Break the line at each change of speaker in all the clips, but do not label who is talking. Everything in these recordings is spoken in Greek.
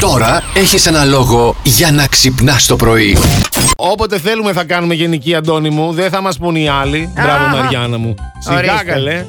Τώρα έχεις ένα λόγο για να ξυπνάς το πρωί.
Όποτε θέλουμε θα κάνουμε γενική, Αντώνη μου. Δεν θα μας πούν οι άλλοι. Μπράβο,
Αχα.
Μαριάννα μου. Σιγά
Ορίστε.
καλέ.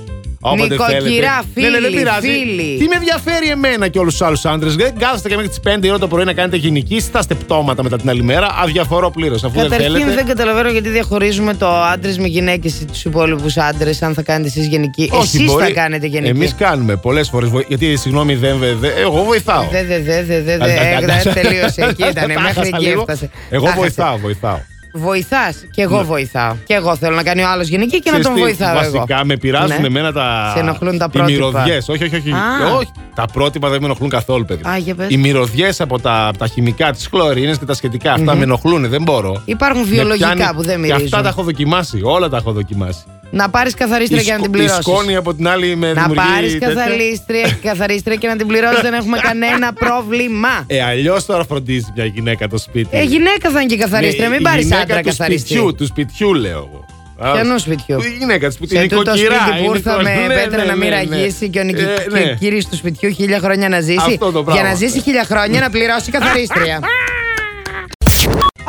Όποτε
Νοικοκυρά,
θέλετε. Ναι,
φίλοι,
δεν πειράζει.
φίλοι.
Τι με ενδιαφέρει εμένα και όλους τους άλλους άντρες. Δεν κάθεστε και μέχρι τις 5 η ώρα το πρωί να κάνετε γενική στα στεπτόματα μετά την άλλη μέρα. Αδιαφορώ πλήρως αφού δεν
Καταρχήν
θέλετε.
δεν καταλαβαίνω γιατί διαχωρίζουμε το άντρες με γυναίκες ή τους υπόλοιπους άντρες, αν θα κάνετε εσείς γενική. Εσείς θα κάνετε γενική.
Εμείς κάνουμε πολλές φορές. Γιατί συγγνώμη, δεν. βε- δε- εγώ βοηθάω.
Δε, δε, δε, δε, δε,
Τα- τα-
δε,
τα-
ε, τελείωσε. Εκεί
τα-
ήταν,
τα
μέχρι
χάσα
εκεί
λίγο.
έφτασε.
Εγώ
Τα χάσε.
βοηθάω, βοηθάω.
Βοηθάς. Και εγώ βοηθάω. Και εγώ θέλω να κάνει ο άλλος γυναική και να
Ξέρεις
τον
τι,
βοηθάω εγώ.
Βασικά με πειράζουν
Ναι.
εμένα τα.
Σε ενοχλούν τα
Οι
πρότυπα.
μυρωδιές. Όχι, όχι, όχι.
Α.
όχι. Τα πρότυπα δεν με ενοχλούν καθόλου, παιδιά.
Α, για πες.
Οι μυρωδιές από τα, από τα χημικά, τις χλωρίνες και τα σχετικά. αυτά με ενοχλούν, δεν μπορώ.
Υπάρχουν
Με
βιολογικά
πιάνει-
που δεν
Και αυτά
μυρίζουν.
τα έχω δοκιμάσει. Όλα τα έχω δοκιμάσει.
Να πάρεις καθαρίστρια
Η
και να
σκο-
την
Η
πληρώσει.
σκόνη από την άλλη με
Να
δημιουργεί.
πάρεις
τέτοια.
καθαρίστρια, καθαρίστρια και να την πληρώσεις. Δεν έχουμε κανένα πρόβλημα.
Ε, αλλιώς τώρα φροντίζει μια γυναίκα το σπίτι.
Ε, γυναίκα θα είναι και η καθαρίστρια.
Ναι,
Μην
η
πάρεις
γυναίκα
άντρα
του
καθαρίστρια.
σπιτιού, του σπιτιού, λέω εγώ.
Ποιανού σπιτιού?
Η γυναίκα του σπιτιού.
Σε τούτο
νοικοκυρά,
σπίτι που
είναι
ήρθαμε
νοικο- Ναι,
πέτρα
ναι,
να μην
ναι, ναι.
ραγίσει και ο νικη...
Ε,
και
ναι.
ο κύριος του σπιτιού χίλια χρόνια να ζήσει.
Αυτό το
Για
πράγμα.
να ζήσει χίλια χρόνια να πληρώσει καθαρίστρια.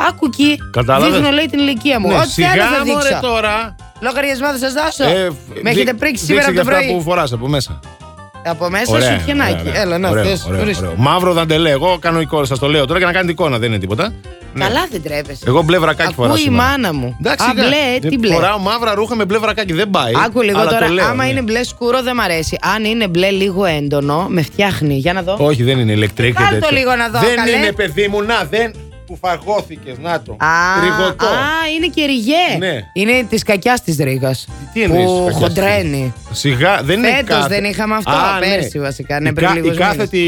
Άκου εκεί.
Κατάλαβες?
Δείχνω λέει την ηλικία μου.
Ναι,
Ό,τι θέλω
σιγά
θα
μωρέ
δείξω.
τώρα.
Λογαριασμό θα σας δώσω.
Ε,
Με
δεί-
έχετε
δείξε
πρίξει σήμερα από
και
το
αυτά που
πρωί.
φοράς από μέσα.
Από μέσα σου πιενάκι. Έλα να
ωραίο,
θες.
ωραίο,
ορίστε.
ωραίο. Μαύρο δαντελέ. Εγώ κάνω εικόνα, σας το λέω τώρα και να κάνετε εικόνα, δεν είναι τίποτα. Ναι.
Καλά δεν τρέπεσαι.
Εγώ μπλε βρακάκι φοράω.
Ακούει η
σήμερα.
μάνα μου.
Εντάξει,
Α,
ναι.
μπλε,
Δεν
τι μπλε.
Φοράω μαύρα ρούχα με μπλε βρακάκι. Δεν πάει.
Άκου λίγο
ε, αλλά το
τώρα.
λέω,
άμα
ναι.
είναι μπλε σκούρο δεν μ' αρέσει. Αν είναι μπλε λίγο έντονο, με φτιάχνει. Για να δω.
Όχι, δεν είναι ηλεκτρική.
Βάλ' το λίγο να δω,
Δεν
καλέ.
είναι, παιδί μου, να δεν. Που φαγώθηκες, να το.
Α,
Ριγωτό.
α, είναι και ριγέ.
Ναι.
Είναι της κακιάς της Ρίγας.
Τι εννοείς,
Που
κακιάς
χοντρένει.
Σιγά, δεν είναι
Φέτος
κάθε-
δεν είχαμε αυτό, πέρσι βασικά, ναι,
η,
πριν
κα- η
λίγους μήνες.
κάθετη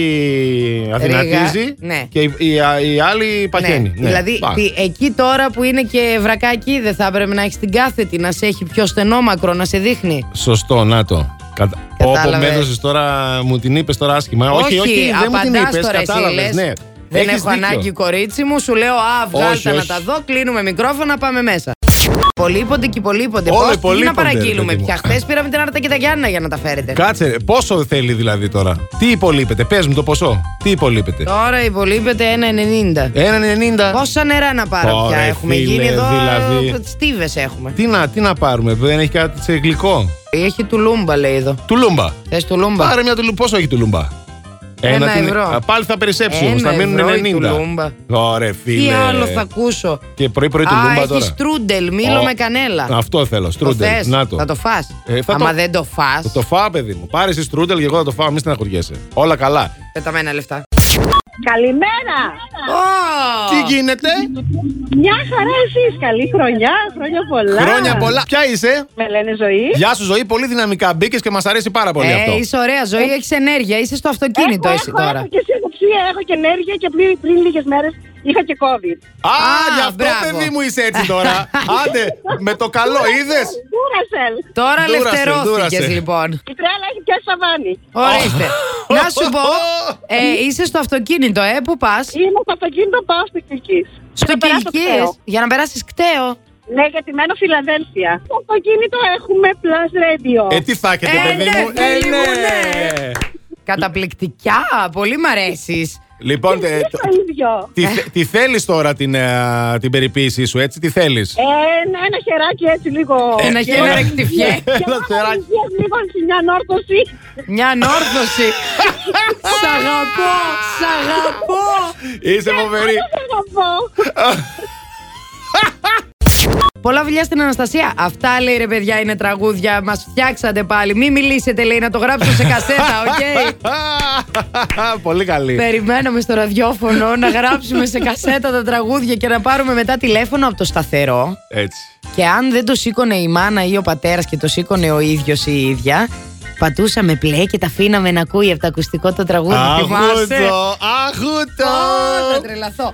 αδυνατίζει
ναι.
και η, η, η άλλη παχαίνει. Ναι.
Δηλαδή,
Πα.
τι- εκεί τώρα που είναι και βρακάκι, δεν θα έπρεπε να έχεις την κάθετη, να σε έχει πιο στενόμακρο, να σε δείχνει.
Σωστό, να το. Κατα... Όπου με
Κατάλαβες.
έδωσες τώρα, μου την είπες τώρα άσχημα. Όχι, όχι, δεν μου την
απαντάς
είπες,
τώρα εσύ,
κατάλαβες.
λες,
Ναι.
Δεν
Έχεις
έχω
δίκιο.
ανάγκη, κορίτσι μου. Σου λέω, Α,
Όχι,
βγάλτε να
όχι.
τα δω. Κλείνουμε μικρόφωνα, πάμε μέσα. Υπολείπονται και υπολείπονται.
Όλο
Πώς, τι να
υπολείπονται, ρε
παραγγείλουμε
παιδί μου.
πια. Χθες πήραμε την Άρτα και τα Γιάννα για να τα φέρετε.
Κάτσε, ρε, πόσο θέλει δηλαδή τώρα. Τι υπολείπεται, πες μου το ποσό. Τι υπολείπεται.
Τώρα υπολείπεται 1,90.
1,90.
Πόσα νερά να πάρω
Ωραία,
πια έχουμε
φίλε,
γίνει εδώ.
δηλαδή.
Στίβες έχουμε.
Τι να, τι να πάρουμε, δεν έχει κάτι σε γλυκό.
Έχει τουλούμπα λέει εδώ.
Τουλούμπα.
Θες τουλούμπα.
Πάρε μια τουλούμπα. Πόσο έχει τουλούμπα.
Ένα
την-
ευρώ.
Α, Πάλι θα περισσέψει όμως.
Ένα
Θα μείνουν
ευρώ η
90.
τουλούμπα.
Ωραία, φίλε.
Τι άλλο θα ακούσω.
Και πρωί-πρωί
Α,
τουλούμπα
έχει
τώρα.
στρούντελ, μήλο
Ω,
με κανέλα.
Αυτό θέλω,
Το
στρούντελ.
θες?
Να το.
Θα το φας.
Ε, θα
Άμα
το-
δεν το φας,
Θα το φάω, παιδί μου. Πάρε εσύ στρούντελ και εγώ θα το φάω. Μην στεναχωριέσαι. Όλα καλά.
πεταμένα λεφτά.
Καλημέρα!
Ω!
Τι γίνεται,
Μια χαρά εσείς, καλή χρονιά, χρόνια πολλά!
χρόνια πολλά. Ποια είσαι,
Με λένε ζωή.
Γεια σου, ζωή. Πολύ δυναμικά μπήκες και μας αρέσει πάρα πολύ
Ε,
αυτό.
είσαι ωραία ζωή, έχεις ενέργεια, είσαι στο αυτοκίνητο
έχω,
εσύ
έχω,
τώρα.
Έχω και συνεργασία, έχω και ενέργεια και πριν, πριν λίγες μέρες είχα και COVID.
Α,
Α,
γι' αυτό
μπράβο.
παιδί μου είσαι έτσι τώρα. Άντε, με το καλό, είδε.
Ντούρασελ!
Τώρα
Δούρασε,
ελευθερώθηκες
δούρασε.
λοιπόν.
Ε, Η τρέλα έχει πια σαβάνι.
Ορίστε. Να σου πω, ε, είσαι στο αυτοκίνητο, ε, πού πας.
Είμαι στο αυτοκίνητο, πάω στην Κυλκής.
Στο
Να περάσω
Κιλκίες,
κταίο.
για να περάσεις κταίο.
Ναι, γιατί μένω Φιλαδέλφια. Στο αυτοκίνητο έχουμε Plus Radio.
Ε, τι θα έχετε,
Ε,
παιδί
ναι,
μου.
φίλοι μου,
ναι.
Καταπληκτικά, πολύ μ' αρέσεις.
Λοιπόν, ε,
Είναι
το-
το ίδιο.
τι, θε- τι θέλεις τώρα την, ε, την περιποίησή σου, έτσι, τι θέλεις.
Ε, ένα, ένα χεράκι έτσι λίγο.
Ένα
Και-
χέρι
ε,
ρεκτιφιέ.
και
Ένα χεράκι.
παραγγείλες Λίγο μια ανόρθωση.
Μια ανόρθωση. Σ' αγαπώ, σ' αγαπώ.
Είσαι φοβερή.
Δεν θα πω.
Πολλά φιλιά στην Αναστασία. Αυτά λέει ρε παιδιά είναι τραγούδια. Μας φτιάξατε πάλι. Μην μιλήσετε λέει να το γράψω σε κασέτα, οκ.
Πολύ καλή.
Περιμέναμε στο ραδιόφωνο να γράψουμε σε κασέτα τα τραγούδια και να πάρουμε μετά τηλέφωνο από το σταθερό.
Έτσι.
Και αν δεν το σήκωνε η μάνα ή ο πατέρας και το σήκωνε ο ίδιος ή η ίδια, πατούσαμε πλέ και τα αφήναμε να ακούει από το ακουστικό το τραγούδι. Θυμάσαι?
Αχούτο, αχούτο.
Ω, Θα τρελαθώ.